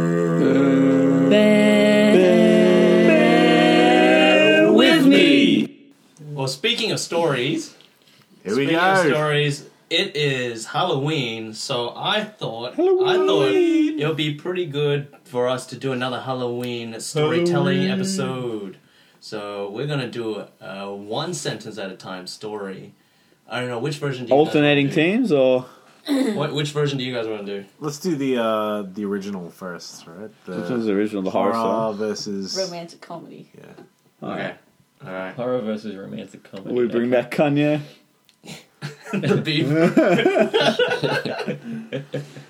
Burn. with me. Well, speaking of stories, Here we speaking of go. stories, it is Halloween, so I thought I thought it would be pretty good for us to do another Halloween storytelling episode. So we're gonna do a, a one sentence at a time story. I don't know which version. Do you guys wanna Alternating do? teams or What, which version do you guys want to do? Let's do the uh, the original first, right? which was The the original, the horror horror song? versus romantic comedy. Yeah. Okay. All right. Horror versus romantic comedy. We bring back Kanye. the beef.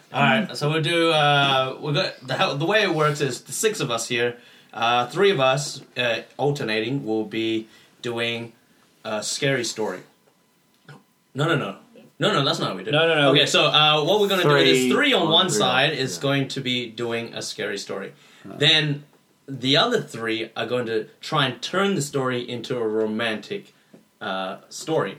All right, so we'll do. Uh, we got the, how, the way it works is the six of us here. Uh, three of us uh, alternating will be doing a scary story. No, no, no, no, no. That's not what we do. No, no, no. Okay, so uh, what we're gonna do Three is three on on one three. side is Yeah. going to be doing a scary story. Then the other three are going to try and turn the story into a romantic uh, story.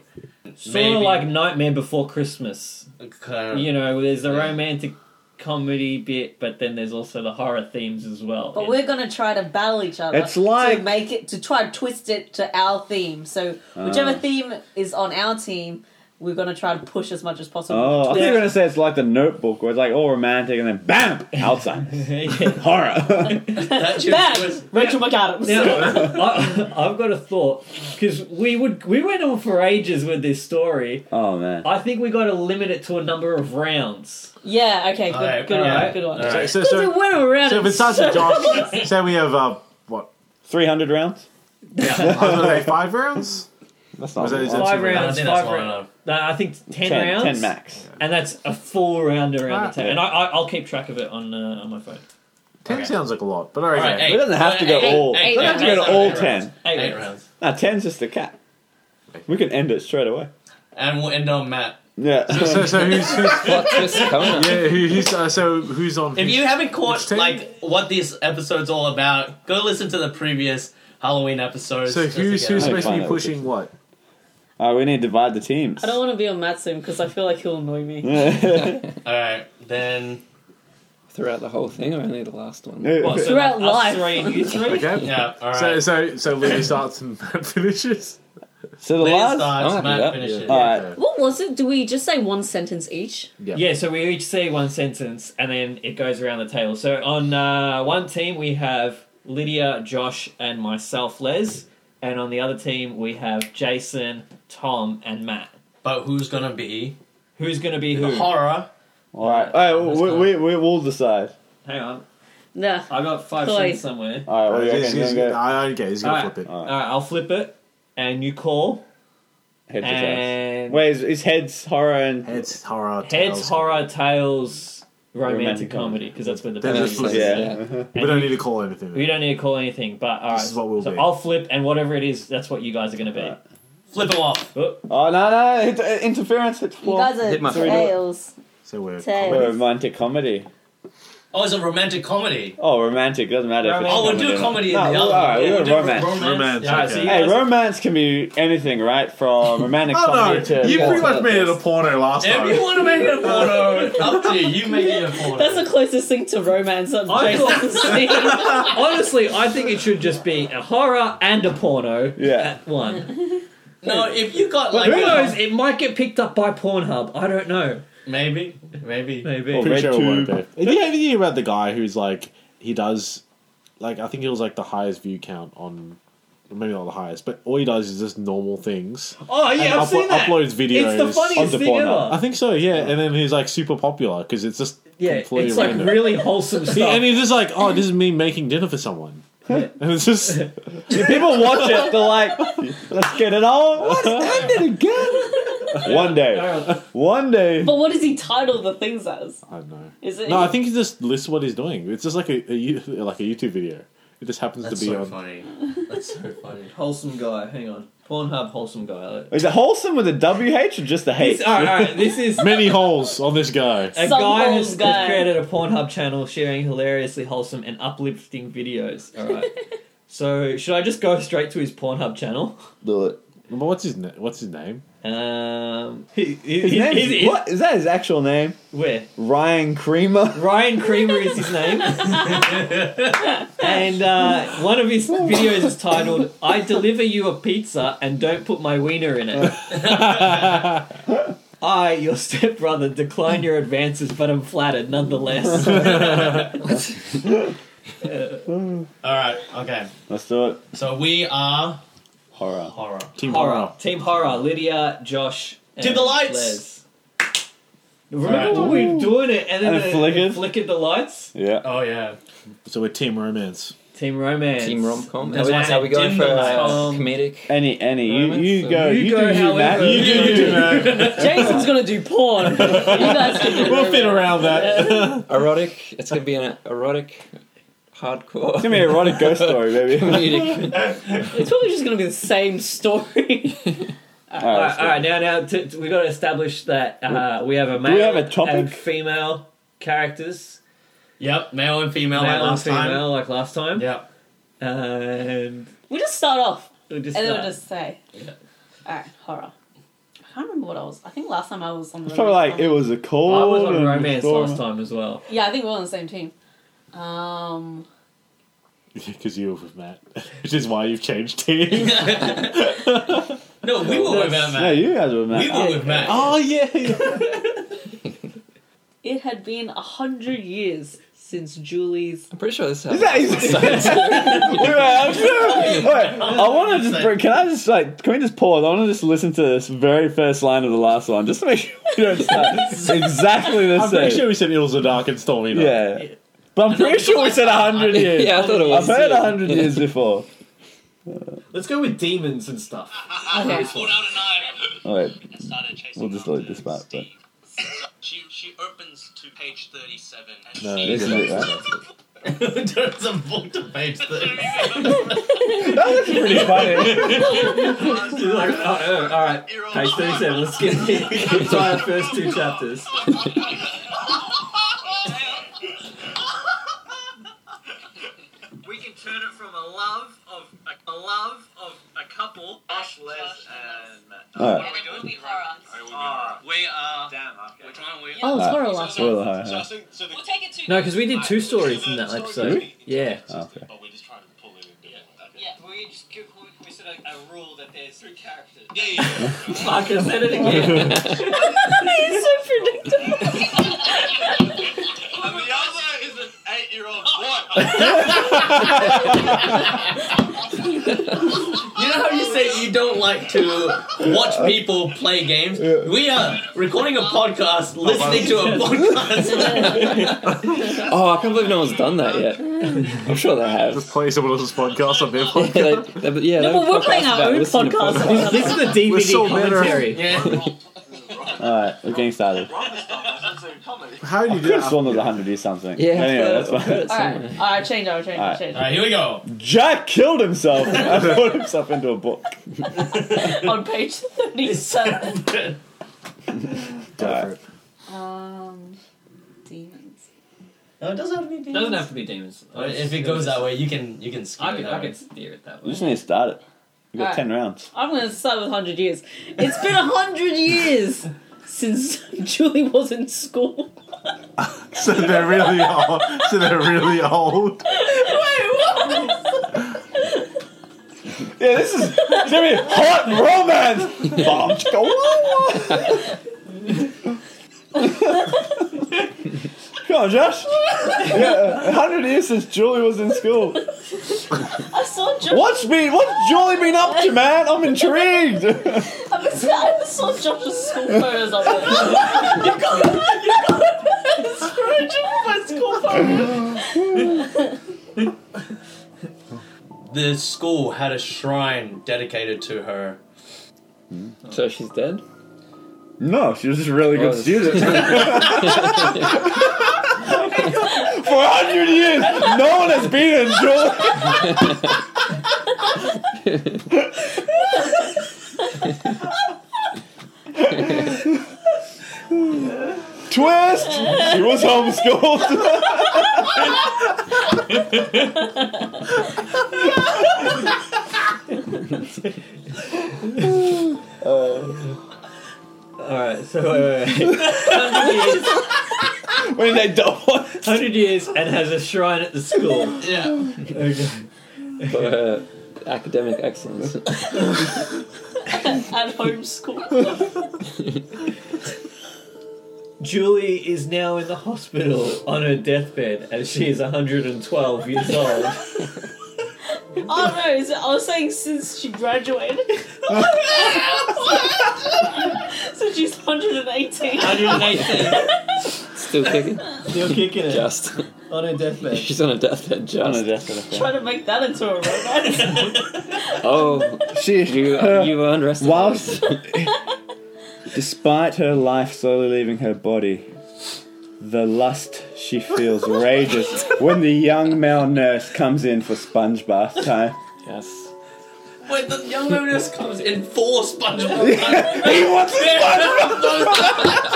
Sort of like Nightmare Before Christmas. Kind of- You know, there's a Yeah. romantic comedy bit, but then there's also the horror themes as well. But Yeah. we're gonna try to battle each other. It's like- to make it to try to twist it to our theme. So whichever Ah. theme is on our team, we're gonna try to push as much as possible. Oh, I thought you Yeah. were gonna say it's like the Notebook, where it's like all romantic and then bam, Alzheimer's, Yeah. horror. That just Bang! was- Rachel McAdams. Now, I, I've got a thought because we would we went on for ages with this story. oh man, I think we got to limit it to a number of rounds. yeah. Okay. Good. Alright, good, alright, one, good one. alright. So, so, Because it so, went around so if it in starts with circles. Josh, say we have uh, what? three hundred rounds. I was gonna say five rounds. That's Was not that- is that long. Five too many? I don't rounds, think that's five long rounds. enough. No, I think ten, ten, rounds, ten max. and that's a full round around Ah. the table. And I, I, I'll keep track of it on uh, on my phone. Ten Okay. sounds like a lot, but all right. All right, okay. eight. It doesn't have to go Eight, all. eight, It doesn't have to eight, go to eight, all eight ten. Eight, Anyway, rounds. Nah, ten's just the cap. We can end it straight away. And we'll end on Matt. Yeah. So, so who's, who's Plot twist coming up. yeah, who, who's uh, so who's on? If you haven't caught It's ten. like what this episode's all about, go listen to the previous Halloween episodes. so just to who's get who's it. supposed to Find be out. pushing what? All right, we need to divide the teams. I don't want to be on Matt's team because I feel like he'll annoy me. All right, then Throughout the whole thing, or only the last one? What, so Throughout us life. three and you three? Okay. yeah. All right. So so so Louis starts and Matt finishes. So the Liz last. starts, I'm happy Matt with that. finishes. All right. What was it? Do we just say one sentence each? Yeah, so we each say one sentence and then it goes around the table. So on uh, one team we have Lydia, Josh, and myself, Les, and on the other team we have Jason, Tom, and Matt. But who's gonna be Who's going to be the who? horror? All right. All right. We, we, we, will decide. Hang on, Nah. I got five Chloe. cents somewhere. All right. What do you He's- reckon? You he's- wanna go I- okay, he's gonna Alright. flip it. Alright. All right, I'll flip it, and you call. Heads or tails? And Wait, is, is heads horror and Heads horror. heads, tails. horror, tails, romantic, Romantic comedy, because that's where the Then value just is. flip it. yeah? We And don't you- need to call anything. We don't need to call anything, but all right. is what we'll so be. I'll flip, and whatever it is, that's what you guys are going to be. Alright. Flip him off. Oh, Oh no no! Hit, uh, interference. Hit You four. guys Hit are my phone. tails. So we're Tails. We're a romantic comedy. Oh, it's a romantic comedy. Oh, romantic doesn't matter. If it's Oh, we'll do or a not. comedy No, in the we'll- other. all right, one. we'll We'll do romance. romance. All right, so okay. you- Hey, romance can be anything, right? From romantic Oh comedy no! to You Yeah. pretty much made it a porno last If you time. want to make it a porno, up to you. You make it a porno. That's the closest thing to romance I've I thought- Jason's seen. honestly, I think it should just be a horror and a porno yeah. at one. no, if you got But like who a- knows? It might get picked up by Pornhub. I don't know. maybe, maybe. Maybe. Or Pretty Red sure it won't Tube. be. Did you ever hear about the guy who's like he does like I think he was like the highest view count on maybe not the highest, but all he does is just normal things. oh yeah, And I've seen uplo- that. uploads videos It's the funniest onto thing Pornhub. I ever. think so, yeah. And then he's like super popular because it's just Yeah, completely it's like random. really wholesome stuff. He- and he's just like, oh, this is me making dinner for someone. and it's just People watch it. They're like, "Let's get it on." What ended again? One day, Alright, one day. But what does he title the things as? I don't know. Is it? No, I think he just lists what he's doing. It's just like a, a you- like a YouTube video. It just happens That's to be so on. funny. That's so funny. wholesome guy. Hang on. Pornhub wholesome guy. Is it wholesome with a WH or just a H? This, all right, all right, this is a Many holes on this guy. Some guy holes has, has guy. created a Pornhub channel sharing hilariously wholesome and uplifting videos. All right. so should I just go straight to his Pornhub channel? Do it. But what's his na- What's his name? Um, He, he- his He- name he- is, he- what? Is that his actual name? where Ryan Creamer? Ryan Creamer is his name, and uh, one of his videos is titled "I deliver you a pizza and don't put my wiener in it." I, your stepbrother, decline your advances, but I'm flattered nonetheless. All right. Okay. Let's do it. So we are Horror. horror. Team horror. Horror. Team horror. Lydia, Josh, and Dim the lights! Les. Remember when we were doing it and then And it it flickered? flickered the lights? Yeah. Oh yeah. So we're Team Romance. Team romance. Team rom com. That's why I Are we said going dim for the uh, lights. comedic? Any, any. You, you Romance, go. You You, go do you, however. Matt. You do You you, do. Matt. Jason's gonna do porn. you guys can do We'll fit around that. Erotic. It's going to be an erotic, hardcore. It's gonna be an erotic ghost story, baby. Alright, comedic. It's probably just gonna be the same story. All right, let's do all it. right. Now, now t- t- we got to establish that uh, we have a we male have a topic? and female characters. Yep. Male and female male like last and time. female, like last time. Yep. And we'll just start off we'll just, and then uh, we'll just say. Alright, horror. I can't remember what I was. I think last time I was on the. It's probably like it was a cold. I was on and romance storm. last time as well. Yeah, I think we were on the same team. Um, Because you were with Matt, which is why you've changed teams. No, we were with Matt. No, you guys were Matt. We were with Matt. oh yeah. it had been a hundred years since Julie's. I'm pretty sure this Is that happened. is Wait, I'm sorry. Wait, I want to just bring. Can I just like? Can we just pause? I want to just listen to this very first line of the last one, just to make sure we don't start exactly the I'm same. pretty sure we said it was a dark and stormy. night. yeah. but I'm pretty sure we said hundred years. yeah, I thought it I've was. heard hundred years before. Let's go with demons and stuff. Okay. pulled out a knife Oh, wait, and started chasing We'll just after delete this part, but- Steve. she, she opens to page 37 and No, she this is it, right? There's a book to page thirty. That's pretty funny. like, oh, oh, all right. Page 37, let's get the entire first two chapters. We can turn it from a love of a, a love of a couple, Ash, Les, and Matt. All What right. are we doing? Alright, We are. Damn, okay. Which one are we? Oh, it's Uh, horror last Well, one. hi, So I hi. think so the, We'll take it to. No, because we did two stories in that Sorry, episode. Jimmy. Yeah. Oh, okay. but we're just trying to pull it in. Yeah. Okay. Yeah, we just give, we- we set a, a rule that there's three characters. Yeah, yeah. yeah. Fuck, I said it again. He's so predictable. and the other is an eight-year-old boy. You know how you say you don't like to watch people play games? We are recording a podcast, listening to a podcast. Oh, I can't believe no one's done that yet. I'm sure they have. Play someone else's podcast on their yeah, podcast. they, they, yeah, No, they but we're podcast playing our about own listening to podcasts. podcast. this is the We're DVD so bitter. commentary. yeah. All right, we're getting started. How did I you could do have that? sworn there was hundred years something. Yeah, Anyway, I've that's heard- I've heard fine. it Alright, somewhere. alright, change, I'll change, I'll Alright. change. Alright, here we go. Jack killed himself and put himself into a book. On page 37. All right. um, demons. No, it doesn't have to be demons. doesn't have to be demons. If it goes that way, you can you can skip I it. can, that I way. can steer it that We way. just need to start it. We got All right. ten rounds. I'm gonna start with 100 years. It's been 100 years since Julie was in school. So they're really old. So they're really old. Wait, what? Yeah, this is Jimmy hot romance. Bom, chicka, wah, wah. Come on, Josh. Yeah, hundred years since Julie was in school. I saw Josh. What's been What's Julie been up to, man? I'm intrigued. All I was- I saw Josh's school photos on there. you got Scrooge in my school photos. The school had a shrine dedicated to her. So she's dead? No, she was just a really good Oh, student. For a hundred years, no one has beaten Julie. Twist! She was homeschooled. So wait, wait, wait. 100 years, When they double. 100 years and has a shrine at the school. Yeah. Okay. For, uh, academic excellence. At home school. Julie is now in the hospital on her deathbed as she is 112 years old. Oh no, is it, I was saying since she graduated. so she's 118. 118. Still kicking? Still kicking it. Just. On her deathbed. She's on a deathbed, On a just. deathbed. Trying to make that into a romance. Oh, She, you, you were underestimated. whilst, despite her life slowly leaving her body, the lust she feels rages when the young male nurse comes in for sponge bath time. Yes. Wait, the young Lotus comes in for SpongeBob. He wants a sponge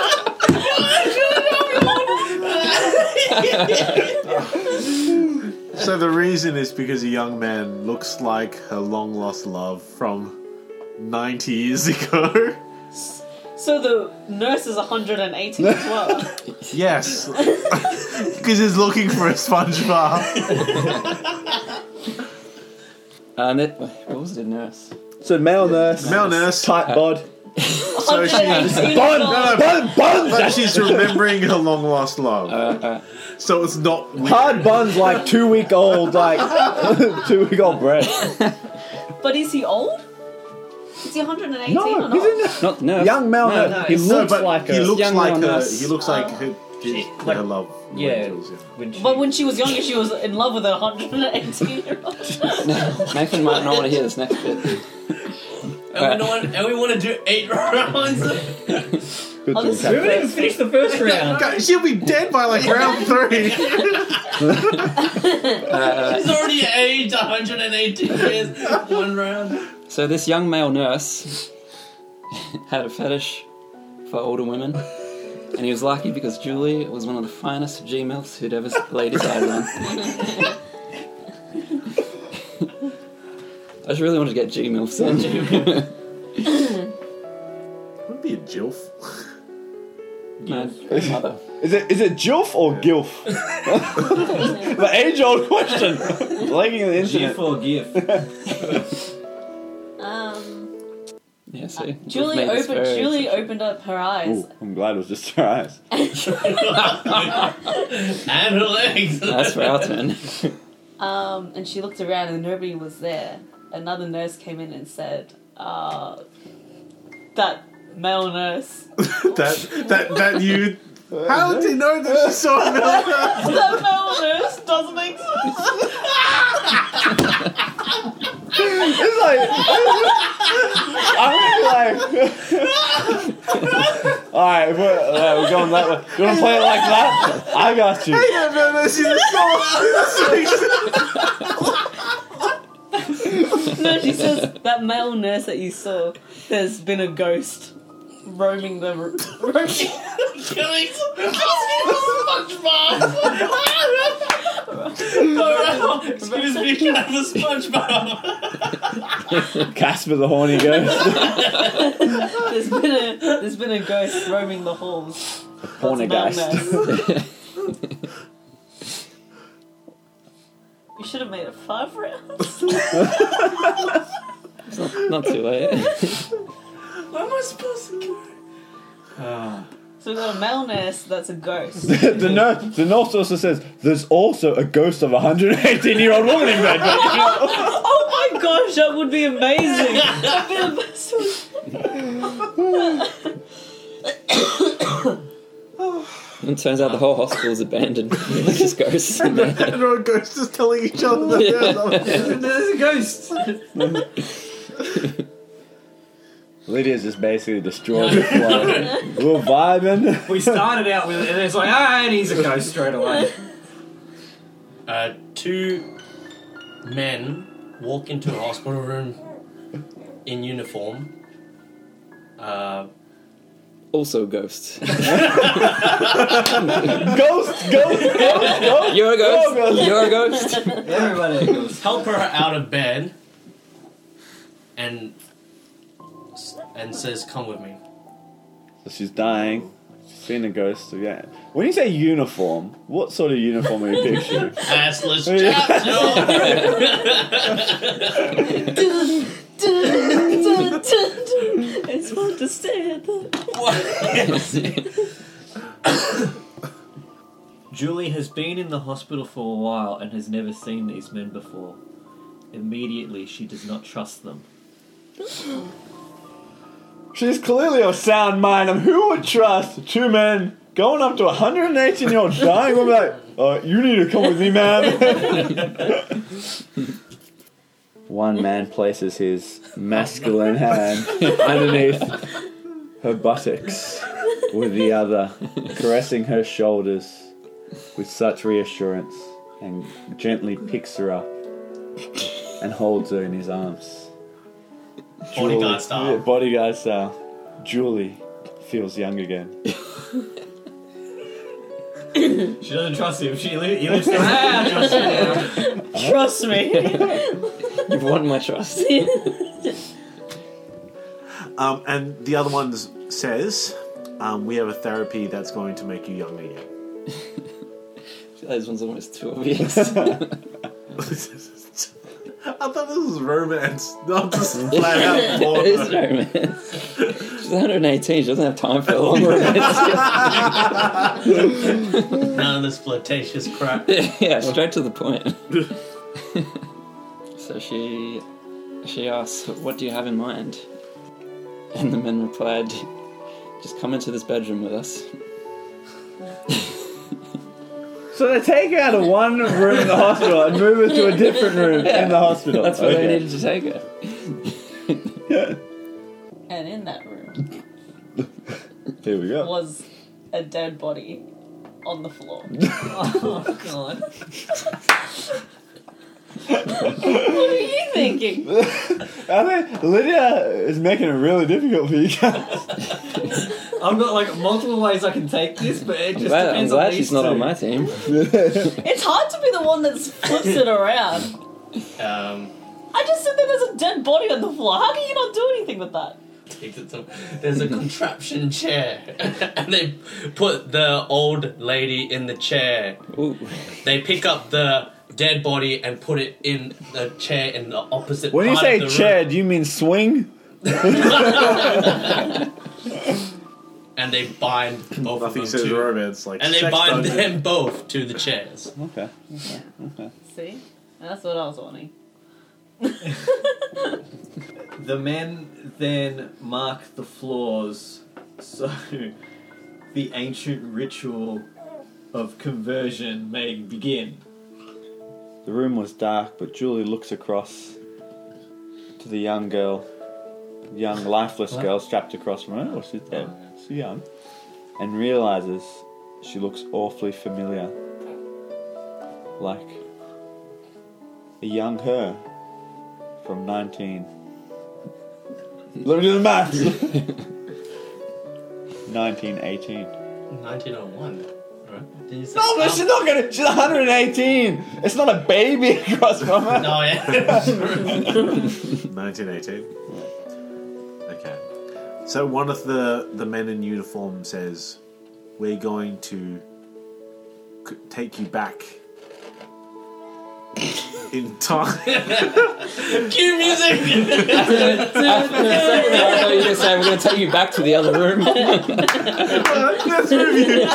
So the reason is because a young man looks like her long lost love from 90 years ago. so the nurse is 118 as well. Yes. Because he's looking for a sponge bar. Uh, And it, what was the nurse? So male nurse, Male nurse. tight bod, So she- 118 bond, years old. no, bond, bond, But she's remembering her long lost love. Uh, so it's not weird. hard buns like two week old, like two week old breast. But is he old? Is he 118 or No, not? he's a Not the nurse. young male No, nurse. no, he it's- No, looks but like he a looks young like one her. nurse. He looks like uh, her. She- her like- love. yeah. Jules, yeah. When she, But when she was younger, she was in love with a 118 year old. Nathan might not want to hear this next bit. and, we don't want, and we want to do eight rounds. Good Oh, to this we recap. haven't even finished the first round. God, she'll be dead by like round three. He's already aged 118 years. One round. So this young male nurse had a fetish for older women, and he was lucky because Julie was one of the finest G milfs who'd ever laid his eyes on. I just really wanted to get G milfs in. Wouldn't be a jilf. Man, mother. Is it is it Jilf or Gilf? the age old question. Plaguing the internet. GIF or GIF? Um, Yeah, see. We've Julie made this opened. very- Julie opened up her eyes. Ooh, I'm glad it was just her eyes. And her legs. That's for our turn. Um, and she looked around and nobody was there. Another nurse came in and said, uh, that male nurse. that that that you. How did he know that she saw a male nurse? that male nurse doesn't exist. It's like I'm like. All right, we're, uh, we're going that way. You want to play it like that? I got you. Yeah, male nurse in the saw. in the saw. no, she says, that male nurse that you saw, there's been a ghost roaming the room. Killing SpongeBob. Go around. Excuse me, can I have a SpongeBob? Casper the horny ghost. there's been a there's been a ghost roaming the halls. Horny That's ghost. a male nurse. You should have made it five rounds. It's not, not too late. Where am I supposed to go? Ah. So we've got a male nurse that's a ghost. the nurse, the nurse also says there's also a ghost of a 118 year old woman in bed. Oh my gosh, that would be amazing. That'd be the best one. And turns out the whole hospital's abandoned. It's just ghosts in there. And all ghosts just telling each other that they're not. There's a ghost. Lydia's just basically destroyed. the floor. We're vibing. We started out with it, and it's like, ah, and he's a ghost straight away. Uh, two men walk into a hospital room in uniform. Uh, Also ghosts. Ghost, ghost, ghost, ghost. You're You're a a ghost. ghost. You're a ghost. Everybody goes. help her out of bed and and says, "Come with me." So she's dying. She's seen a ghost. So yeah. When you say uniform, what sort of uniform are you picturing? Assless Yeah. chaps, yo. Dun, dun, dun, dun, dun. It's fun to stay at the. Julie has been in the hospital for a while and has never seen these men before. Immediately, she does not trust them. She's clearly of sound mind. and who would trust two men going up to a 118 year old dying woman like, uh, you need to come with me, man. One man places his masculine hand underneath her buttocks, with the other caressing her shoulders with such reassurance, and gently picks her up and holds her in his arms. Julie- Bodyguard style. Yeah, bodyguard style. Julie feels young again. She doesn't trust him. She li- he lives there. Ah, trust me now. Trust me. You've won my trust. Um, and the other one s- says, um, "We have a therapy that's going to make you young again." Those one's almost too obvious. I thought this was romance, not just flat out porn. it is romance. She's 118. She doesn't have time for a long romance. None of this flirtatious crap. yeah, straight to the point. so she she asks, "What do you have in mind?" And the men replied, "Just come into this bedroom with us." So they take her out of one room in the hospital and move her to a different room in the hospital. That's where Okay. they needed to take her. and in that room Here we go. was a dead body on the floor. Oh, God. What are you thinking? I think Lydia is making it really difficult for you guys. I've got like multiple ways I can take this, but it just Glad- I'm depends on glad these she's not two. on my team. It's hard to be the one that flips it around. Um, I just said that there's a dead body on the floor. How can you not do anything with that? takes it to- there's a contraption chair, and they put the old lady in the chair. Ooh. They pick up the dead body and put it in the chair in the opposite. When you part say of the chair, do you mean swing? room, and they bind both of Nothing them says to- romance like and they sex bind dungeon. them both to the chairs. Okay. See? That's what I was wanting. The men then mark the floors, so the ancient ritual of conversion may begin. The room was dark, but Julie looks across to the young girl, young lifeless girl strapped across from her. Oh, she's dead. She's young. And realizes she looks awfully familiar. Like a young her from 19. Let me do the math! 1918. 1901. Right? oh Did you say- No, but she's not gonna. She's 118! It's not a baby across from her! No, yeah. 1918. Okay. So one of the the men in uniform says, "We're going to c- take you back in time." Cue music. I thought you were going to say we're going to take you back to the other room. Let's move you.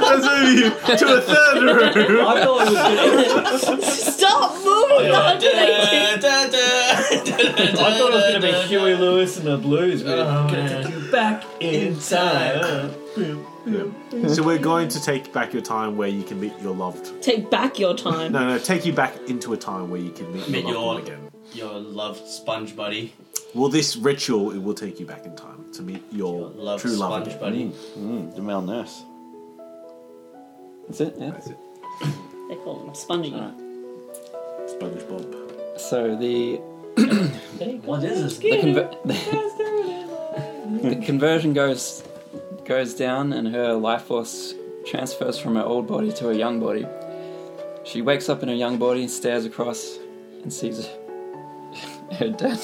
Let's move you to a third room. I thought it was gonna, Stop moving the 118! I thought it was gonna be Huey Lewis and the Blues, but Oh, gonna man. take you back in time. Yeah. So we're going to take back your time where you can meet your loved. Take back your time. No, no, take you back into a time where you can meet, Meet your loved your- one again. Your loved sponge buddy. Well, this ritual it will take you back in time to meet your Loved true love. sponge again. buddy. Mm, the male nurse. That's it, yeah. They call them spongy. Alright. Mm, SpongeBob. So the What is the, this? conver- the conversion goes goes down, and her life force transfers from her old body to her young body. She wakes up in her young body, stares across, and sees her dad.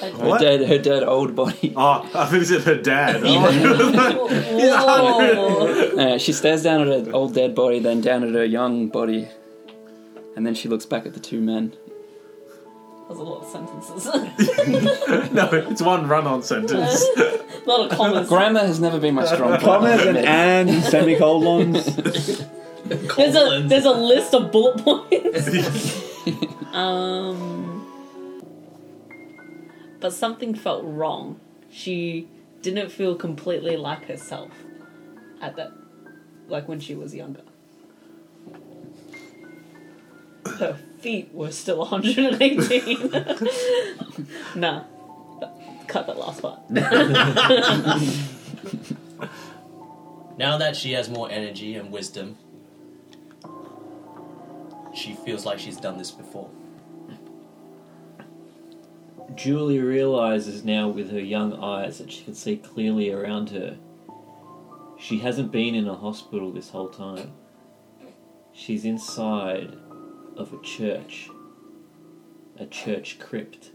Her What? dead, her dead old body. Oh, I think it's her dad. Oh. Whoa. Uh, she stares down at her old dead body, then down at her young body, and then she looks back at the two men. That was a lot of sentences. a no, it's one run-on sentence. lot of commas. Grammar has never been my strong point. Commas and and semicolons. There's a Colons. there's a list of bullet points. um, but something felt wrong. She didn't feel completely like herself at that, like when she was younger. Her feet were still 118. nah, cut that last part. Now that she has more energy and wisdom, she feels like she's done this before. Julie realizes now with her young eyes that she can see clearly around her. She hasn't been in a hospital this whole time. She's inside of a church, a church crypt.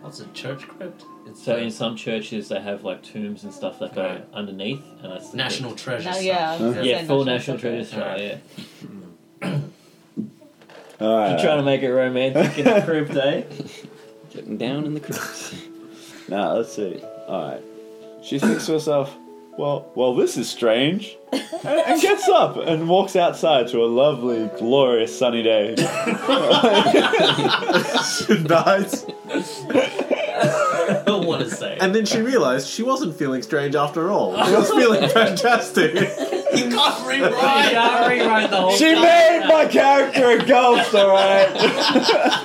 What's a church crypt? It's So a in some churches they have like tombs and stuff that go underneath, and that's the national treasure. Now, site. yeah, I was gonna Yeah, say full national treasure. treasure. site, Alright. Yeah, All I'm right. trying to make it romantic in the crypt, eh? Getting down in the crypt. Now let's see. All right. She thinks to herself, "Well, well, this is strange," and, and gets up and walks outside to a lovely, glorious sunny day. Nice. I don't want to say. And then she realised she wasn't feeling strange after all. She was feeling fantastic. you can't rewrite. can't rewrite the whole. She made my character a ghost. All right.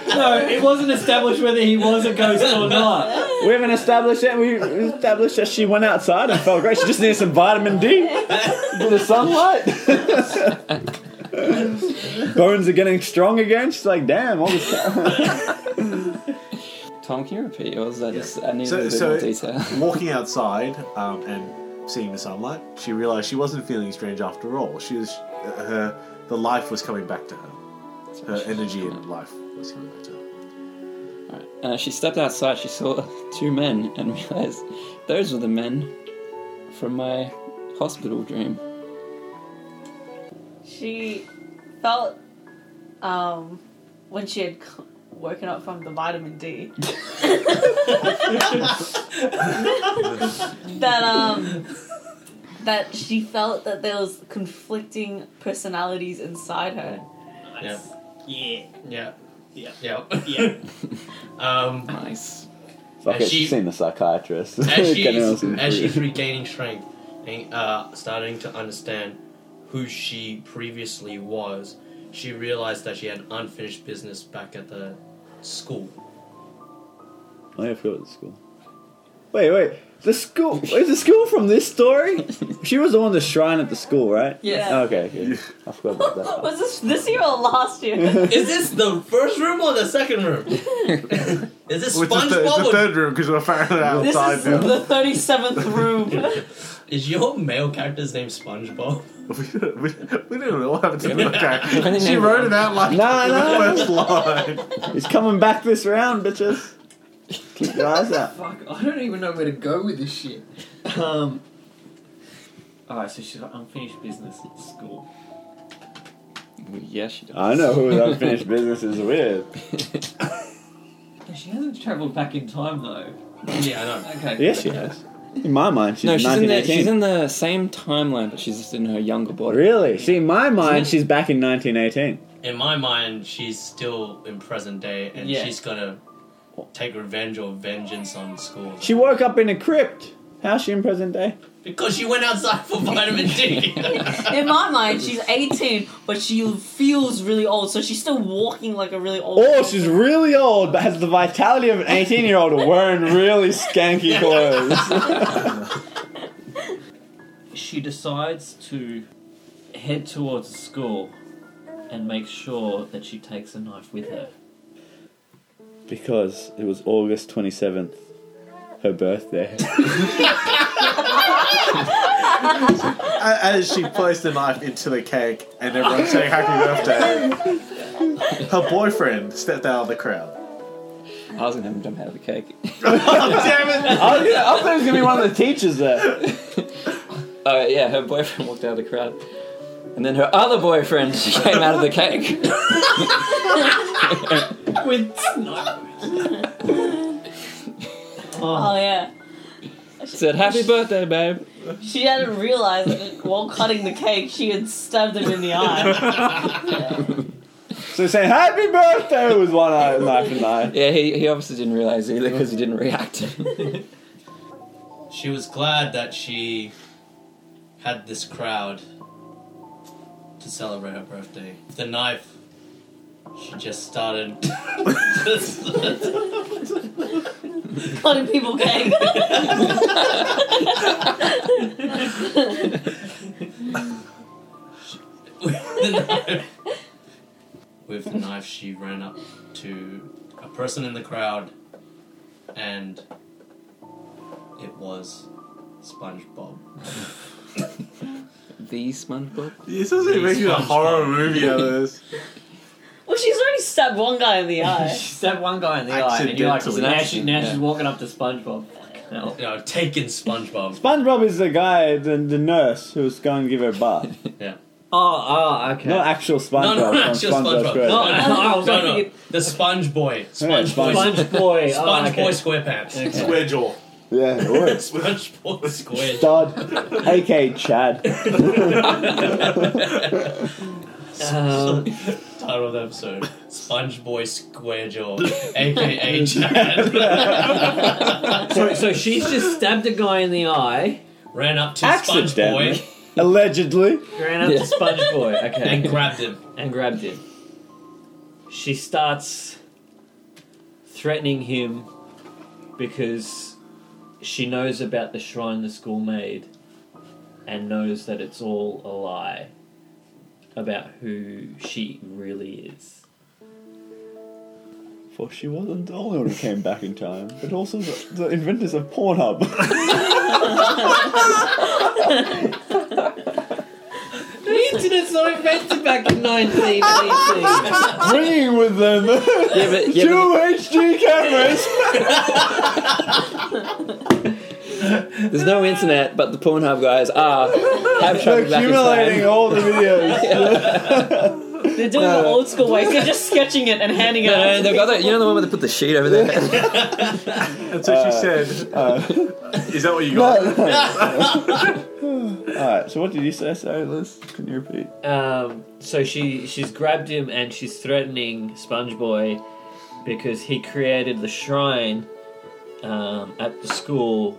No, it wasn't established whether he was a ghost or not. We haven't established that. We established that she went outside and felt great. She just needed some vitamin D, a bit of sunlight. Bones are getting strong again. She's like, "Damn, all this." Tom, can you repeat yours? I, just, I need So- a little bit so- more detail. Walking outside um, and seeing the sunlight, she realised she wasn't feeling strange after all. She was her the life was coming back to her. Her energy and life was coming back to her. Uh, she stepped outside. She saw two men and realized those were the men from my hospital dream. She felt um, when she had c- woken up from the vitamin D that um that she felt that there was conflicting personalities inside her. Yeah. Yeah. Yeah. Yeah. Yeah. Yeah. um, Nice. Fuck And it, she- she's seen the psychiatrist. as Getting all she's, some as she's food. regaining strength and uh, starting to understand who she previously was, she realized that she had unfinished business back at the school. Oh, yeah, I forgot the school. Wait, wait. The school is the school from this story? She was the one at the shrine at the school, right? Oh, Yes. Okay, okay. I forgot about that. part. Was this this year or last year? Is this the first room or the second room? Is this Which is the, it's SpongeBob? the or- third room because we're apparently this outside is now. the thirty seventh room. Is your male character's name SpongeBob? we, we didn't know what happened to the guy. didn't She know. wrote it out like No, no. the first line. He's coming back this round, bitches. Keep your eyes out. Fuck, I don't even know where to go with this shit. Um. Alright, so she's got unfinished business at school. Yeah, she does. I know who his unfinished business is with. She hasn't travelled back in time though. Yeah, I know. Okay. Yes, she has. In my mind, she's no, she's in, the, 1918. she's in the same timeline, but she's just in her younger body. Really? See, in my mind, she's back in 1918. In my mind, she's still in present day, and Yeah. she's gonna take revenge or vengeance on school She woke up in a crypt. How's she in present day? because she went outside for vitamin D. In my mind, she's eighteen, but she feels really old, so she's still walking like a really old. Or person. Oh, she's really old, but has the vitality of an 18 year old wearing really skanky clothes. She decides to head towards the school and make sure that she takes a knife with her. Because it was August 27th, her birthday. A- As she placed the knife into the cake and everyone saying happy birthday, her boyfriend stepped out of the crowd. I was gonna have him jump out of the cake. Oh, Damn it! I, was gonna, Oh, I thought it was gonna be one of the teachers there. Uh, yeah, her boyfriend walked out of the crowd. And then her other boyfriend came out of the cake. With snipers. Oh yeah. Said, Happy birthday, babe. She hadn't realised that while cutting the cake, she had stabbed him in the eye. So saying happy birthday with one eye, knife and eye. Yeah, he, he obviously didn't realize either because he didn't react. She was glad that she had this crowd to celebrate her birthday. The knife. She just started. Cutting people cake. With the knife, she ran up to a person in the crowd, and it was SpongeBob. the SpongeBob. This is not making a horror movie out of this. well, she's already stabbed one guy in Oh, the eye. She stabbed one guy in the eye, and you're like, Accidentally. now, she, now Yeah. she's walking up to SpongeBob. Fucking hell. You know, taking SpongeBob. SpongeBob is the guy, the, the nurse who was going to give her a bath. Oh, oh, okay. Not actual SpongeBob. No, no, not from actual SpongeBob's SpongeBob. Great no, Adventure. I was No, no, thinking- the Sponge Boy. Yeah, Sponge Boy. Sponge- Sponge Boy. oh, Sponge okay. Boy SquarePants. Square jaw. Yeah, it was. Sponge Boy Square. Stud, aka Chad. Um, Title of the episode: Sponge Boy Square Jaw, aka Chad, so, so she's just stabbed a guy in the eye, ran up to Sponge Accidentally. Boy Allegedly. ran up Yeah. to Sponge Boy, okay, and grabbed him. and grabbed him. She starts threatening him because she knows about the shrine the school made and knows that it's all a lie about who she really is. For she wasn't the only one who came back in time, but also the, the inventors of Pornhub. The internet's not invented back in 1918. Bringing with them Yeah, but, yeah, two but HD cameras. there's no internet, but the Pornhub guys are have They're traveled back in accumulating time. all the videos. They're doing Uh, the old school way. They're just sketching it and handing it. No, out. they've got that. You know the one where they put the sheet over there. That's what Uh, she said. is that what you got? uh, Alright, so what did you say, sorry, Liz? Can you repeat? Um, so she she's grabbed him and she's threatening SpongeBoy because he created the shrine um, at the school,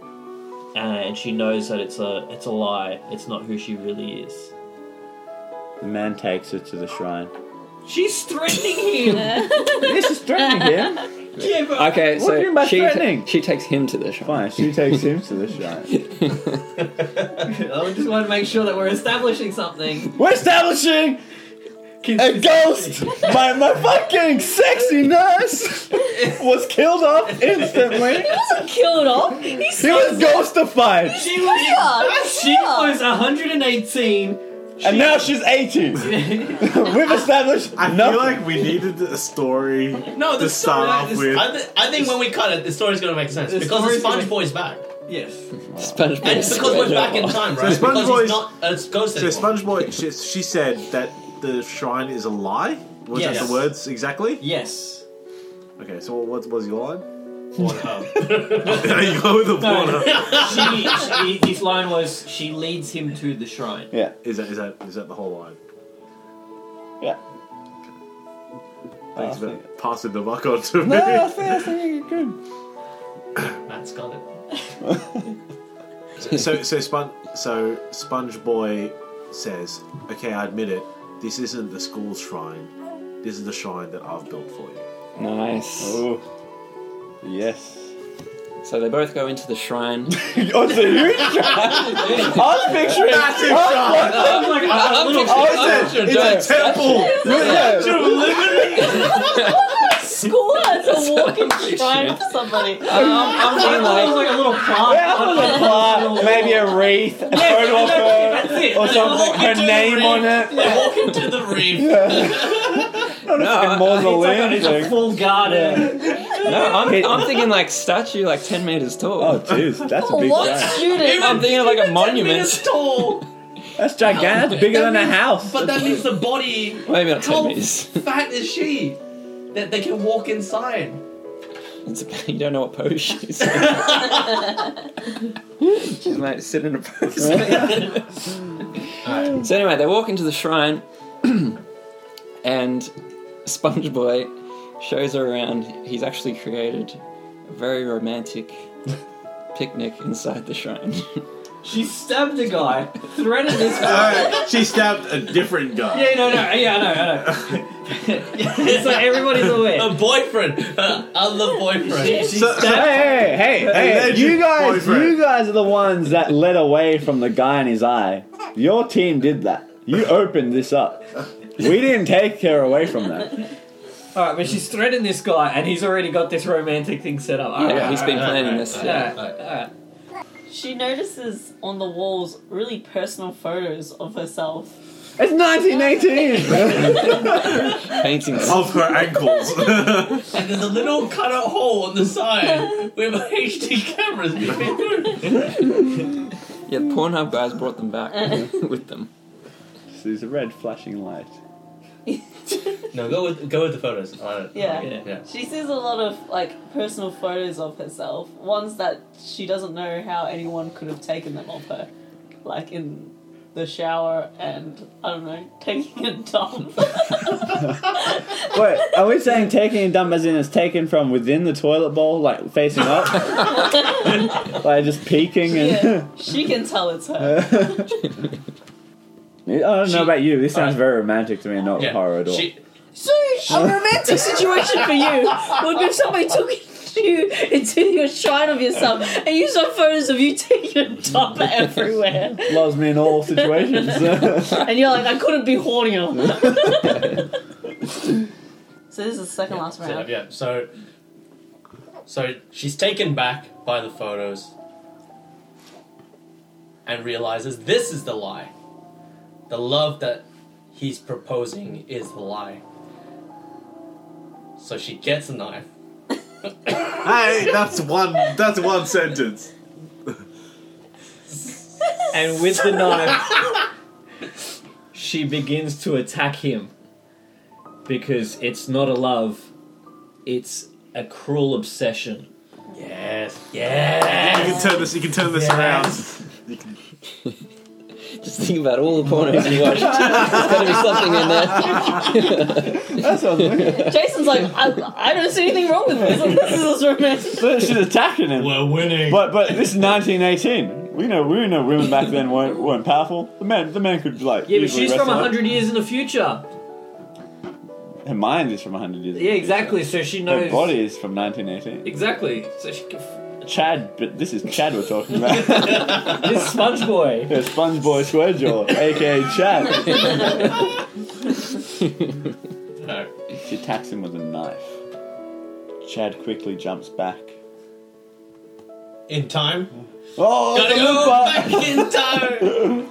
uh, and she knows that it's a it's a lie. It's not who she really is. The man takes her to the shrine. She's threatening him. This is threatening him. yeah, but Okay, What do you mean by so she, threatening? she takes him to the Fine, shrine. she takes him to the shrine. I just want to make sure that we're establishing something. We're establishing a ghost! My, my fucking sexy nurse was killed off instantly. Killed off. He's He was ghostified! She was yeah. she was 118. And now she's 80. We've established I nothing. feel like we needed a story No, to the start story. off with. I, thi- I think when we cut it, the story's gonna make sense The because the story's Sponge gonna- Boy's back, Yes. SpongeBob. and because we're back in time, right? Sponge because Boy's- he's not a ghost so anymore. SpongeBob, she, she said that the shrine is a lie. Was that Yes. the words exactly? Yes. Okay, so what was your line? Pornhub. you go with the No. porno. she, she, his line was she leads him to the shrine. Yeah, Is that is that is that the whole line? yeah. Thanks I for think- passing the buck on to me. No, I think I think you're good. Matt's got it. so so Spon- so Sponge Boy says, "Okay, I admit it. This isn't the school shrine. This is the shrine that I've built for you." Nice. Oh, yes. So they both go into the Oh, shrine. it's a huge shrine. I was picturing. Massive I was- I'm like, I'm a little I was Sure, saying, don't. it's a Temple. yeah. School as a walking shrine for somebody. Um, I'm being That was like, like a little plant. Yeah, I was a plant, maybe a wreath, a photo of her, That's it. or something, her name on it. They walk into the reef. Not a No, mausoleum It's a thing. full garden. No, I'm, I'm thinking like statue, like ten meters tall. Oh, jeez, that's a big What guy. student? I'm thinking of like a monument. Meters tall. That's gigantic. That's bigger than a house. But that means the body. Maybe not ten How meters. fat is she? That they can walk inside. It's, you don't know what pose she's. she's made to sit in a pose. So anyway, they walk into the shrine, and SpongeBoy shows her around. He's actually created a very romantic picnic inside the shrine. She stabbed a guy, threatened this guy. No, she stabbed a different guy. Yeah, no, no, yeah, I know, I know. Um, so everybody's aware. A boyfriend. Her other boyfriend. She So- so- stabbed Hey, hey, hey! Alleged You guys, boyfriend. you guys are the ones that led away from the guy in his eye. Your team did that. You opened this up. We didn't take her away from that. All right, but she's threatened this guy, and he's already got this romantic thing set up. All right, Yeah, Uh, he's all been right, planning alright, this. all alright. right, all right, all right. She notices on the walls really personal photos of herself. It's 1918. Paintings. Of her ankles. And there's a little cut out hole on the side where my HD cameras beeping through. Yeah, the Pornhub guys brought them back with them. There's a red flashing light. No, go with go with the photos. I don't- Yeah. yeah. She sees a lot of like personal photos of herself, ones that she doesn't know how anyone could have taken them of her, like in the shower and I don't know, taking a dump. Wait, are we saying taking a dump as in it's taken from within the toilet bowl, like facing up, like just peeking and? yeah, she can tell it's her. I don't She- know about you. This sounds Alright. very romantic to me, and not Yeah. horror at all. She, So a romantic situation for you would be if somebody took you into your shrine of yourself and you saw photos of you taking a dump everywhere, Loves me in all situations. and you're like, I couldn't be hornier. so this is the second last set up, round. yeah. So, so she's taken back by the photos and realizes this is the lie. The love that he's proposing is the lie. So she gets a knife. hey, that's one. That's one sentence. And with the knife, she begins to attack him because it's not a love; it's a cruel obsession. Yes. Yes. You can turn this. You can turn this Yes. around. You can, Just think about all the pornos you watched. There's gotta be something in there. that sounds weird. Jason's like, I, I don't see anything wrong with this. This is romantic. So she's attacking him. We're winning. But but this is 1918. We know we know women back then weren't weren't powerful. The man the man could like Yeah, but easily she's from wrestle. hundred years in the future. Her mind is from 100 years. Yeah, exactly. So she Her knows body is from 1918. exactly. So she can f- Chad, but this is Chad we're talking about. this SpongeBoy. Yeah, SpongeBob SquareJaw, aka Chad. No. She attacks him with a knife. Chad quickly jumps back. In time. Oh, Gotta the go loop back in time. bar-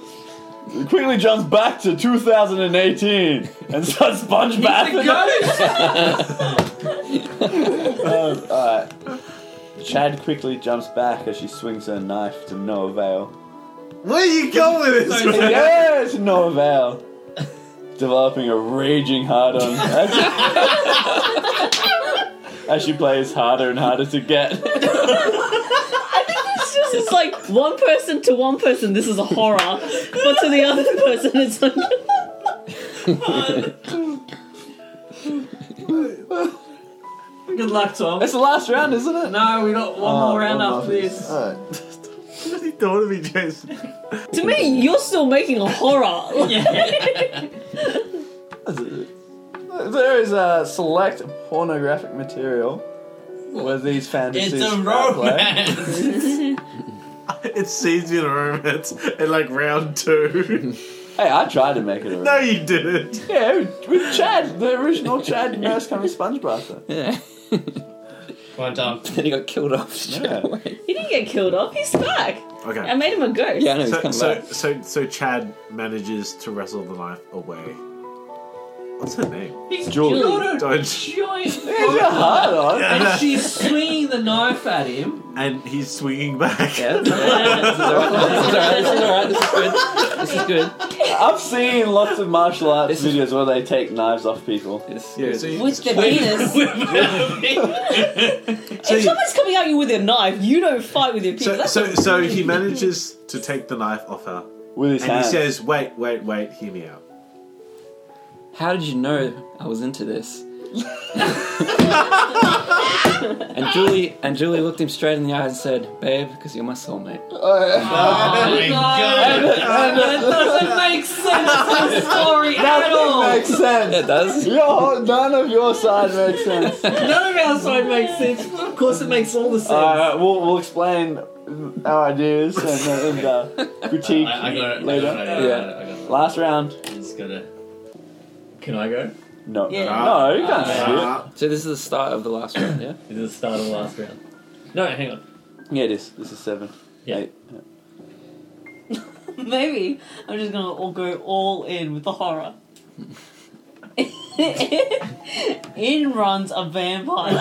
Quickly jumps back to 2018 and starts SpongeBob. Um, alright. Chad quickly jumps back as she swings her knife to no avail. where are you going with this? man? yeah, to no avail. Developing a raging hard on as, as she plays harder and harder to get. It's just it's like one person to one person, this is a horror, but to the other person, it's like. Good luck, Tom. It's the last round, isn't it? No, we got Ah, one more round after this. What are you doing to me, Jason? to me, you're still making a horror. There is a select pornographic material where these fantasies It's a are played. romance. It seems you're a romance in like round two. Hey, I tried to make it a no, you didn't. Yeah, with Chad, the original Chad nurse coming SpongeBob. Yeah. Come on, Tom. then he got killed off straight Yeah. away. He didn't get killed off, he's back. I Okay. made him a ghost. Yeah, I know he's So, come so, back. so, so Chad manages to wrestle the knife away. What's her name? He's Julie. got a Don't- giant Where's your heart on? and she's swinging the knife at him. And he's swinging back. Yeah, this is alright. This is alright. This is alright. This is good. This is good. I've seen lots of martial arts This videos where they take knives off people. This is Yeah, good. so you, With the penis. if someone's coming at you with a knife, you don't fight with your penis. so, That's so, so he manages to take the knife off her. With his And he hands. says, wait, wait, wait, hear me out. How did you know I was into this? and Julie and Julie looked him straight in the eyes and said, "Babe, because you're my soulmate." Oh my god. That doesn't make sense to the story at all. That makes sense. It does. Your, none of your side makes sense. None of our side makes sense. Of course, it makes all the sense. Uh, we'll, we'll explain our ideas and, and uh, critique I, I got it. I later. got it. I got it. I got it. Last round. It's gonna. Can I go? No. Yeah. No, you can't see Ah, So this is the start of the last round, yeah. This is the start of the last round. No, hang on. it. Yeah, it is. This is seven. Yeah. Eight. Maybe I'm just gonna all go all in with the horror. in runs a vampire.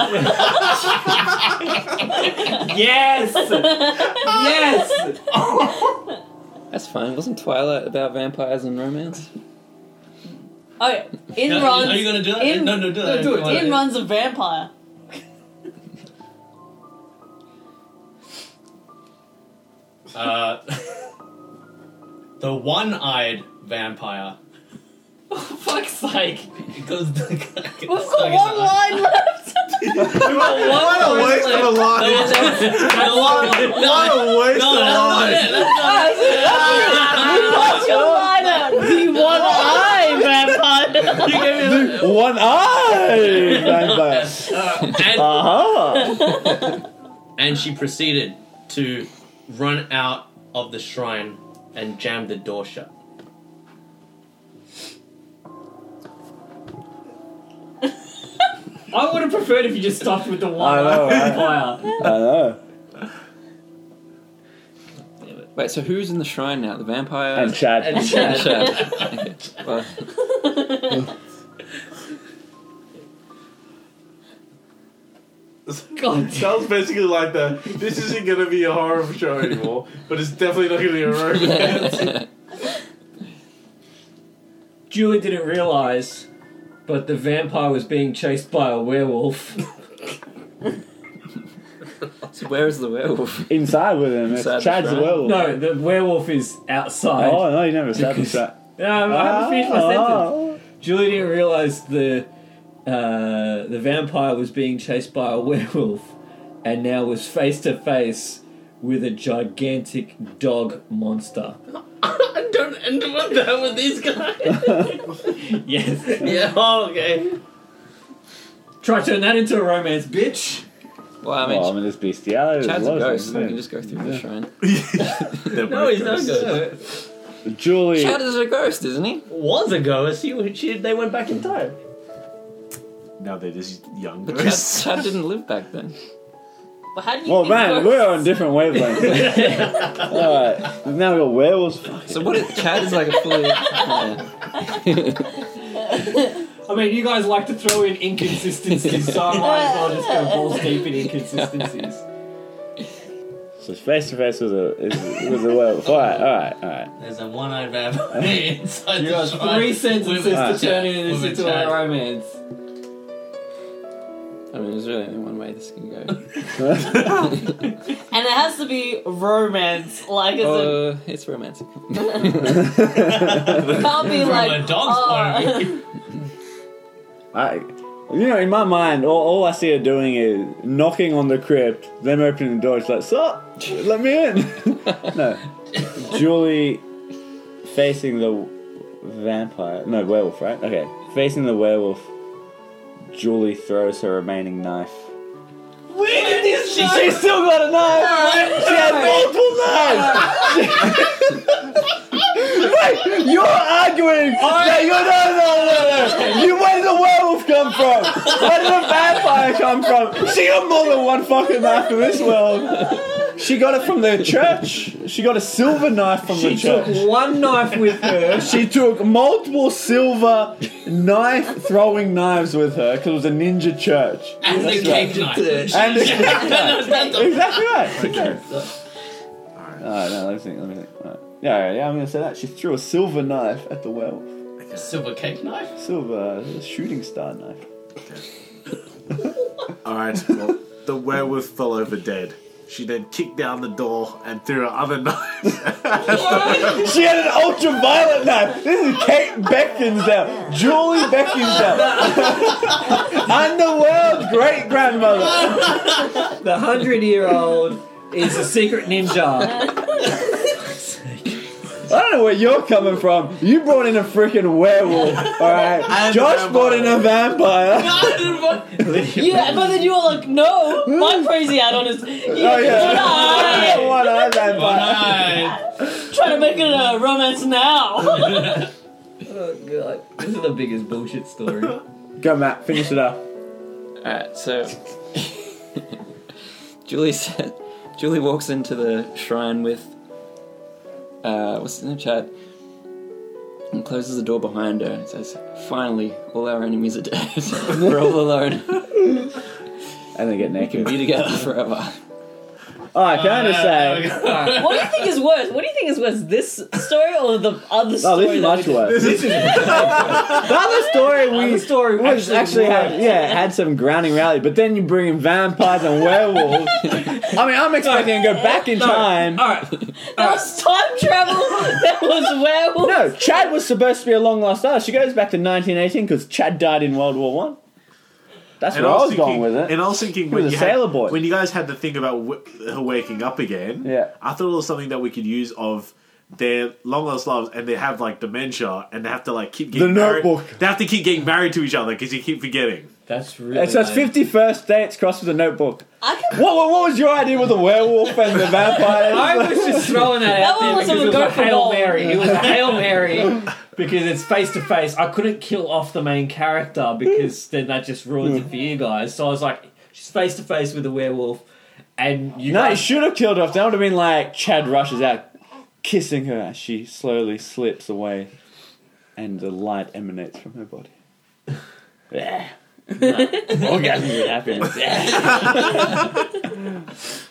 Yes! yes! That's fine. Wasn't Twilight about vampires and romance? okay, Oh, in No, runs Are you gonna do that? in- no, no, do that. do it, Come on. in runs a vampire. Uh, the one-eyed vampire. For fuck's sake. It goes. We've got We've got one line left. What a waste of a line! What a waste of a line! What's your line at? The one eye vampire. One eye! Vampire. and, Uh-huh. and she proceeded to run out of the shrine and jam the door shut. I would have preferred if you just stopped with the one I know, right? fire. I know. Wait, so who's in the shrine now? The vampire And Chad. And and Chad. Chad. Okay, well, God damn. Sounds basically like the this isn't gonna be a horror show anymore, but it's definitely not gonna be a romance. yeah. Julie didn't realize, but the vampire was being chased by a werewolf. So where is the werewolf? Inside with him. It's Inside the Chad's shrine. well. no, the werewolf is outside. Oh, no, you never said Because- that. No, I haven't finished my sentence. Oh. Julie didn't realize the uh, the vampire was being chased by a werewolf, and now was face to face with a gigantic dog monster. Don't end up there with these guys. Yes. yeah. Oh, okay. Try turn that into a romance, bitch. Well, I mean, Well, Oh, I mean, there's bestiality. Chad's a there's loads ghost. so of you can things, just go through the shrine. They're No, both he's not ghosts. good. yeah. Julie. Chad is a ghost, isn't he? Was a ghost. He, she, they went back in time. Now they're just young But Chad, ghosts. Chad didn't live back then. But how do you Well, think man, those- we're on different wavelengths. Alright, now we got werewolves. Fuck. So what? Is, Chad is like a fully. yeah. I mean, you guys like to throw in inconsistencies, so I might as well just go balls deep in inconsistencies. So it's face to face with a is, with a werewolf. Alright, alright, alright. There's a one-eyed vampire inside You the got shrine. three sentences to Alright. turn in this Women into chat. a romance. I mean, there's really only one way this can go. And it has to be romance. Like, it's a Uh, it's romantic. can't be From like a dog's oh. point of view. I, you know, in my mind, all, all I see her doing is knocking on the crypt, them opening the door. It's like, "Sup? Let me in." no, Julie facing the vampire. No, werewolf, right? Okay, facing the werewolf. Julie throws her remaining knife. Where did this She still got a knife. She had multiple knives. Wait, you're arguing that you no no no no. You where did the werewolf come from? Where did the vampire I come from. She got more than one fucking knife in this world. She got it from the church. She got a silver knife from She the church. took one knife with her. She took multiple silver knife throwing knives with her because it was a ninja church. And the cake knife. And No, that's the- exactly right. Okay. Alright. Alright, no, let me think. Let me think. All right. Yeah, all right, yeah, I'm gonna say that. She threw a silver knife at the well. Silver cake knife? Silver uh, shooting star knife. Alright, well, the werewolf fell over dead. She then kicked down the door and threw her other knife. She had an ultraviolet knife. This is Kate Beckinsale, Julie Beckinsale, underworld great grandmother. The hundred year old is a secret ninja. I don't know where you're coming from. You brought in a freaking werewolf, all right? And Josh a brought in a vampire. Yeah, but then you were like, no, my crazy add-on is you Oh yeah, yeah. one eye vampire. Alright. trying to make it a romance now. Oh, God. This is the biggest bullshit story. Go, Matt. Finish it up. Alright, so Julie said Julie walks into the shrine with uh what's his name, Chad? And closes the door behind her and says, Finally, all our enemies are dead. We're all alone. And then get naked. Be together forever. Oh, I can understand. what do you think is worse? What do you think is worse, this story or the other Oh, story? this is much that we did? worse. the other story we Other story was actually actually had, yeah had some grounding rally, but then you bring in vampires and werewolves. I mean, I'm expecting to go back in time. Alright. That was time travel. That was werewolf. No, Chad was supposed to be a long lost star. She goes back to 1918 because Chad died in World War One. That's where I was going with it. And I was thinking He when was a you, had- sailor boy. when you guys had the thing about w- her waking up again, Yeah. I thought it was something that we could use of their long lost loves and they have like dementia and they have to like keep getting The married. Notebook. They have to keep getting married to each other because you keep forgetting. That's really. It's just 51st dates crossed with a notebook. I can. What, what, what was your idea with the werewolf and the vampires? I was just throwing that out That one there was because a it was go a for hail gold. mary. It was a hail mary because it's face to face. I couldn't kill off the main character because then that just ruins it for you guys. So I was like, she's face to face with a werewolf, and you No, he guys should have killed her off. That would have been like Chad rushes out, kissing her as she slowly slips away, and the light emanates from her body. Yeah. Orgasm with happiness. Yeah.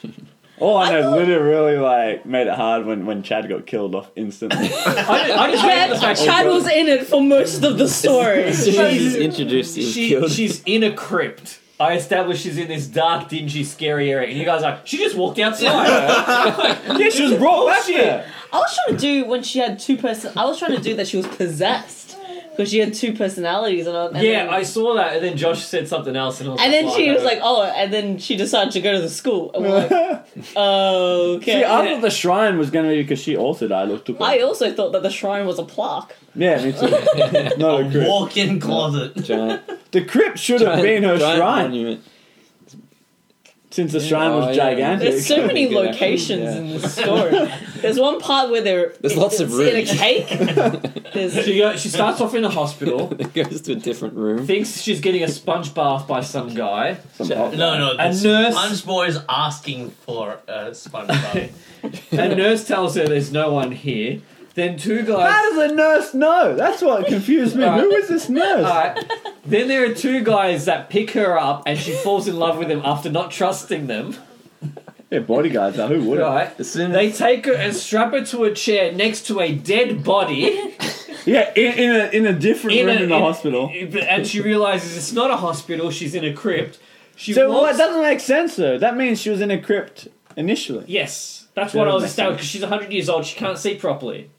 All I know, Lydia really like made it hard when, when Chad got killed off instantly. I, I just hate the Oh, Chad, fact Chad was in it for most of the story. As soon as he's introduced, he was she, killed. she's in a crypt. I established she's in this dark, dingy, scary area, and you guys are like, she just walked outside. yeah, she was brought back there. I was trying to do when she had two person. I was trying to do that she was possessed because she had two personalities and, I, and yeah, then, I saw that, and then Josh said something else, and I was And like, then "Oh, she no." was like, oh, and then she decided to go to the school. And we're like, okay. See, I thought the shrine was going to be because she also died. Looked up. I also thought that the shrine was a plaque. Yeah, me too. Not a crypt. Walk in closet. giant, The crypt should have giant, been her giant shrine. monument. Since the shrine was Oh, yeah. gigantic. There's so many Good, actually, locations yeah. in this story. There's one part where they're There's lots of it's in a rooms. cake. There's she, go, she starts off in a hospital, It goes to a different room. thinks she's getting a sponge bath by some guy. Some hot- No, no. A the nurse- Sponge Boy is asking for a SpongeBob. A nurse tells her there's no one here. Then two guys. How does the nurse know? That's what confused me. Who is this nurse? Alright. Then there are two guys that pick her up, and she falls in love with them after not trusting them. Yeah, bodyguards. Now, who would? Right. As soon as They take her and strap her to a chair next to a dead body, Yeah, in, in a in a different In room a- in the in- hospital. and she realizes it's not a hospital. She's in a crypt. She so what? walks- Doesn't make sense though. That means she was in a crypt initially. Yes, that's Yeah, what that I was makes established because sense. she's 100 years old. She can't see properly.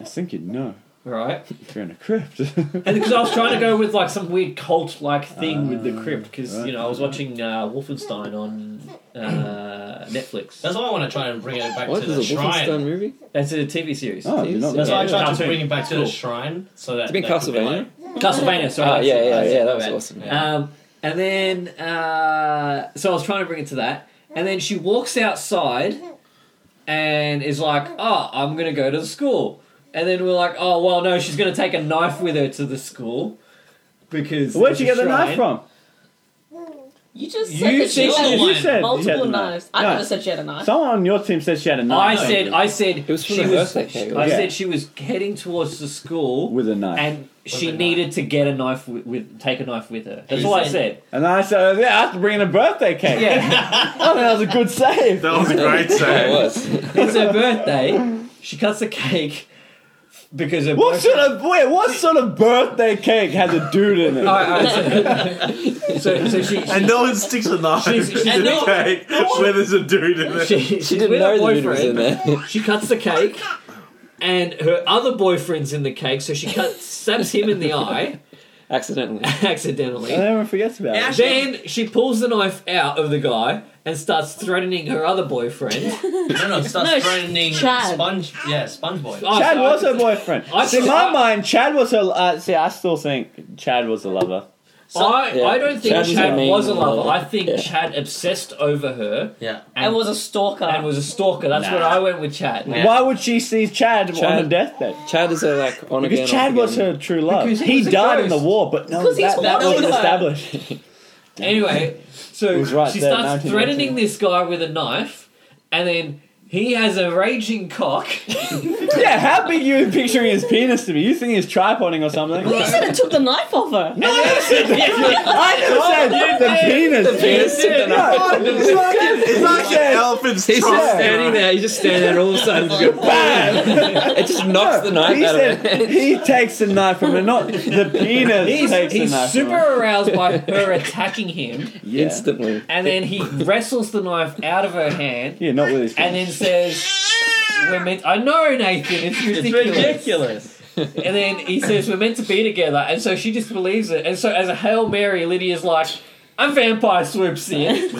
I think you'd know Right, if you're in a crypt. Oh, and because I was trying to go with like some weird cult-like thing with Ah, the crypt, because you know I was watching uh, Wolfenstein on uh, Netflix. That's why I want to try and bring it back what to is the a Wolfenstein shrine. movie? That's a TV series. oh, you not know That's why I that. tried Cartoon. to bring it back to the Cool. shrine so that It's been that could be Castlevania. Castlevania. Sorry, Oh, that's yeah, it, yeah, that's yeah, it, that my was bad. awesome. Yeah. Um, and then, uh, so I was trying to bring it to that, and then she walks outside, and is like, "Oh, I'm gonna go to the school." And then we're like, "Oh, well, no, she's gonna take a knife with her to the school." Because Where'd you there's get a the knife shrine." from? You just You said that said she had she one. said she had multiple a knife. knives. I No. never said she had a knife. Someone on your team said she had a I knife. said, I said, it was from she the was. birthday cake, I wasn't it? said she was heading towards the school, with a knife. And, and she a knife. needed to get a knife with, with take a knife with her. That's She all I said- said. I said, yeah, I have to bring in a birthday cake. Yeah, I think that was a good save. That was a great Yeah, it save. was. it's her birthday. She cuts the cake because her What birthday- sort of wait, what sort of birthday cake has a dude in it? All right, all right, so, so, so she, And no one sticks a knife She's- she's- in and the no- cake where there's a dude in it. she, she's She didn't with her know the dude was in boyfriend. there. She cuts the cake, and her other boyfriend's in the cake, so she cuts stabs him in the eye Accidentally. and accidentally. everyone forgets about it. Then she pulls the knife out of the guy and starts threatening her other boyfriend. No, no, starts No, threatening Chad. Sponge. Yeah, SpongeBob. Oh, Chad so I- was her boyfriend. I- see, in I- my mind, Chad was her. Uh, see, I still think Chad was a lover. I, Yeah. I don't think Chad's Chad a mean was a lover. lover. I think Yeah. Chad obsessed over her Yeah. I was a stalker. and was a stalker. That's Nah. what I went with Chad. Yeah. Why would she see Chad, on Chad- her deathbed? Chad is a like on again. Because off Chad was uh, again. her true love. Because He, he was a died in ghost. the war, but no, Because he's that, that wasn't one of us. established. Anyway, so was right she there, starts 1919. threatening this guy with a knife, and then he has a raging cock. yeah, how big you picturing his penis to be? You think he's tripoding or something? you said it took the knife off her. No, I never said that. I never said the penis. The penis took the No, It's like an, it's like an elephant's He's trunk. just standing there. He's just standing there. All of a sudden, he's going, bam! It just knocks the knife he out of said him. he takes the knife from her, not the penis He's, takes he's the knife super from her. aroused by her attacking him, Yeah. Instantly. and then he wrestles the knife out of her hand, yeah, not with his and then says, "We're meant." I know, Nathan. It's ridiculous. And then he says, "We're meant to be together," and so she just believes it. And so, as a hail mary, Lydia's like, "A vampire swoops in."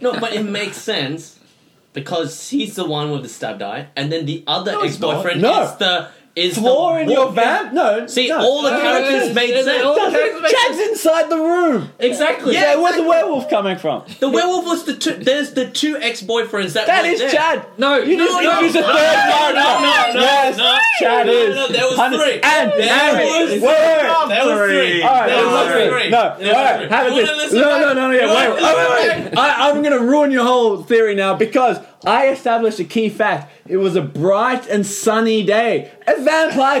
No, but it makes sense because he's the one with the stabbed eye, and then the other ex boyfriend not. No. is the is Floor the in your wa- van? No. See, no. all the No, no, characters made no, sense. no, no. Chad's inside the room. exactly. Yeah, where's the werewolf coming from? The werewolf was the two. There's the two ex boyfriends that That were is there. Chad. No, You just no, introduced a no, third character. no, no, yes, no. Chad No, no, is. no, there was Hundred- three. And There Harry. was- Wait, wait, wait. That was three. All right, That no, was no, three. No, That was alright, three. have it You wanna this- listen No, back? no, no, yeah, You wanna wait, wait, wait, listen wait. I, I'm gonna ruin your whole theory now because I established a key fact. It was a bright and sunny day. A vampire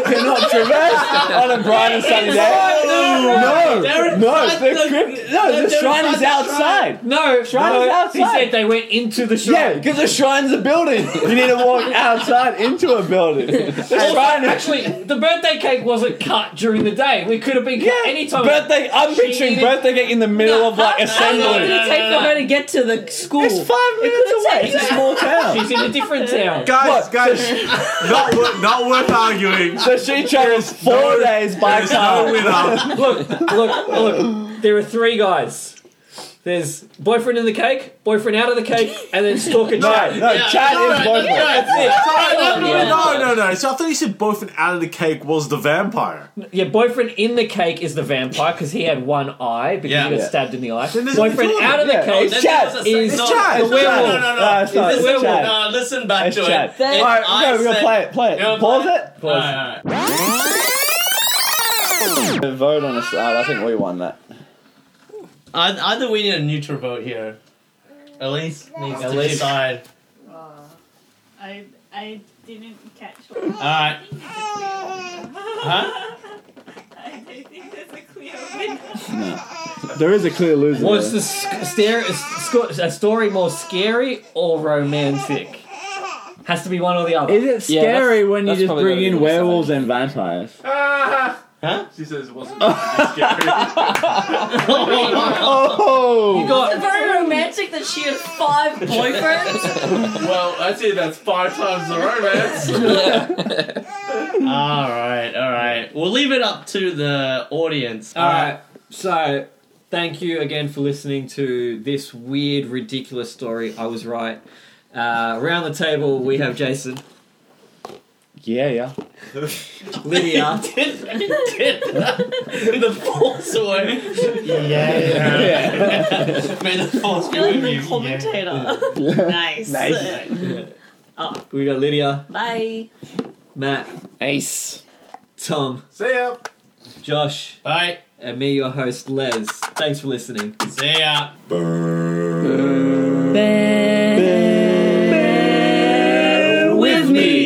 cannot traverse on a bright and sunny day. No, no, Darren, no, that's the the- crypt, no, the that's shrine is the outside. No, Shrine no, is outside. He said they went into the Yeah, shrine. because the shrine's a building. You need to walk outside into a building. The shrine is Actually, the birthday cake wasn't cut during the day. We could have been cut yeah, any time. birthday. I'm She picturing needed- birthday cake in the middle of like How long did assembly. it take for her to get to the school? It's five minutes away. It's a small town. She's in a different town. Guys, What? guys, not, wor- not worth arguing. So she travels four no- days by There's no car. winner. Look, look, look. There are three guys. There's boyfriend in the cake, boyfriend out of the cake, and then stalker No, Chad. no, Chad no, is no, boyfriend. Sorry, no, no, Yeah. no, no, no. So I thought you said boyfriend out of the cake was the vampire. Yeah, boyfriend in the cake is the vampire because he had one eye because Yeah. he got Yeah. stabbed in the eye. there's Boyfriend two of them. out of the Yeah, cake. it's Chad. Then there was is a second- It's Chad. the It's werewolf. Chad. No, no, no. No, it's not. Is It's this the Chad. werewolf? No, listen back It's to Chad. it. That- All right, I we're gonna said- play it. Play You know, it. Pause it. No, no, no. Vote on the side. I think we won that. I, I think we need a neutral vote here. Elise needs to Elise. decide. Oh, I I didn't catch. Alright. Huh? Huh? I don't think there's a clear winner. There is a clear loser. Was there. the sc- stare- sc- a story more scary or romantic? Has to be one or the other. Is it Yeah, that's- scary when you that's just probably bring gotta in be the side. werewolves and vampires? Oh! She says it wasn't scary. Oh! You got- very romantic that she had five boyfriends. Well, I'd say that's five times the romance. Alright, alright. We'll leave it up to the audience. Uh, All right. So, thank you again for listening to this weird, ridiculous story. I was right. Uh, around the table, we have Jason, Yeah, yeah. Lydia, did, it did. In the force away. Yeah. May the force be You're like with the you. commentator. nice. Nice. we got Lydia, Bye. Matt, Ace. Tom, See ya. Josh, Bye. and me, your host, Les. Thanks for listening. See ya. with me.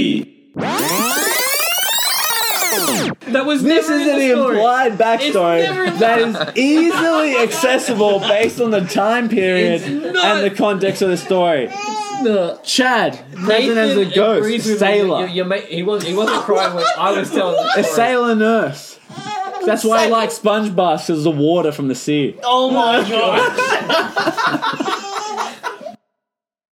That was This never is in an the story. implied never backstory in that is easily accessible based on the time period not. and the context of the story. No. Chad, present as a Nathan agrees ghost, with me that You, sailor, you ma- he wasn't. He wasn't crying when I was telling the a story. sailor nurse. That's why I like SpongeBob because the water from the sea. Oh my god.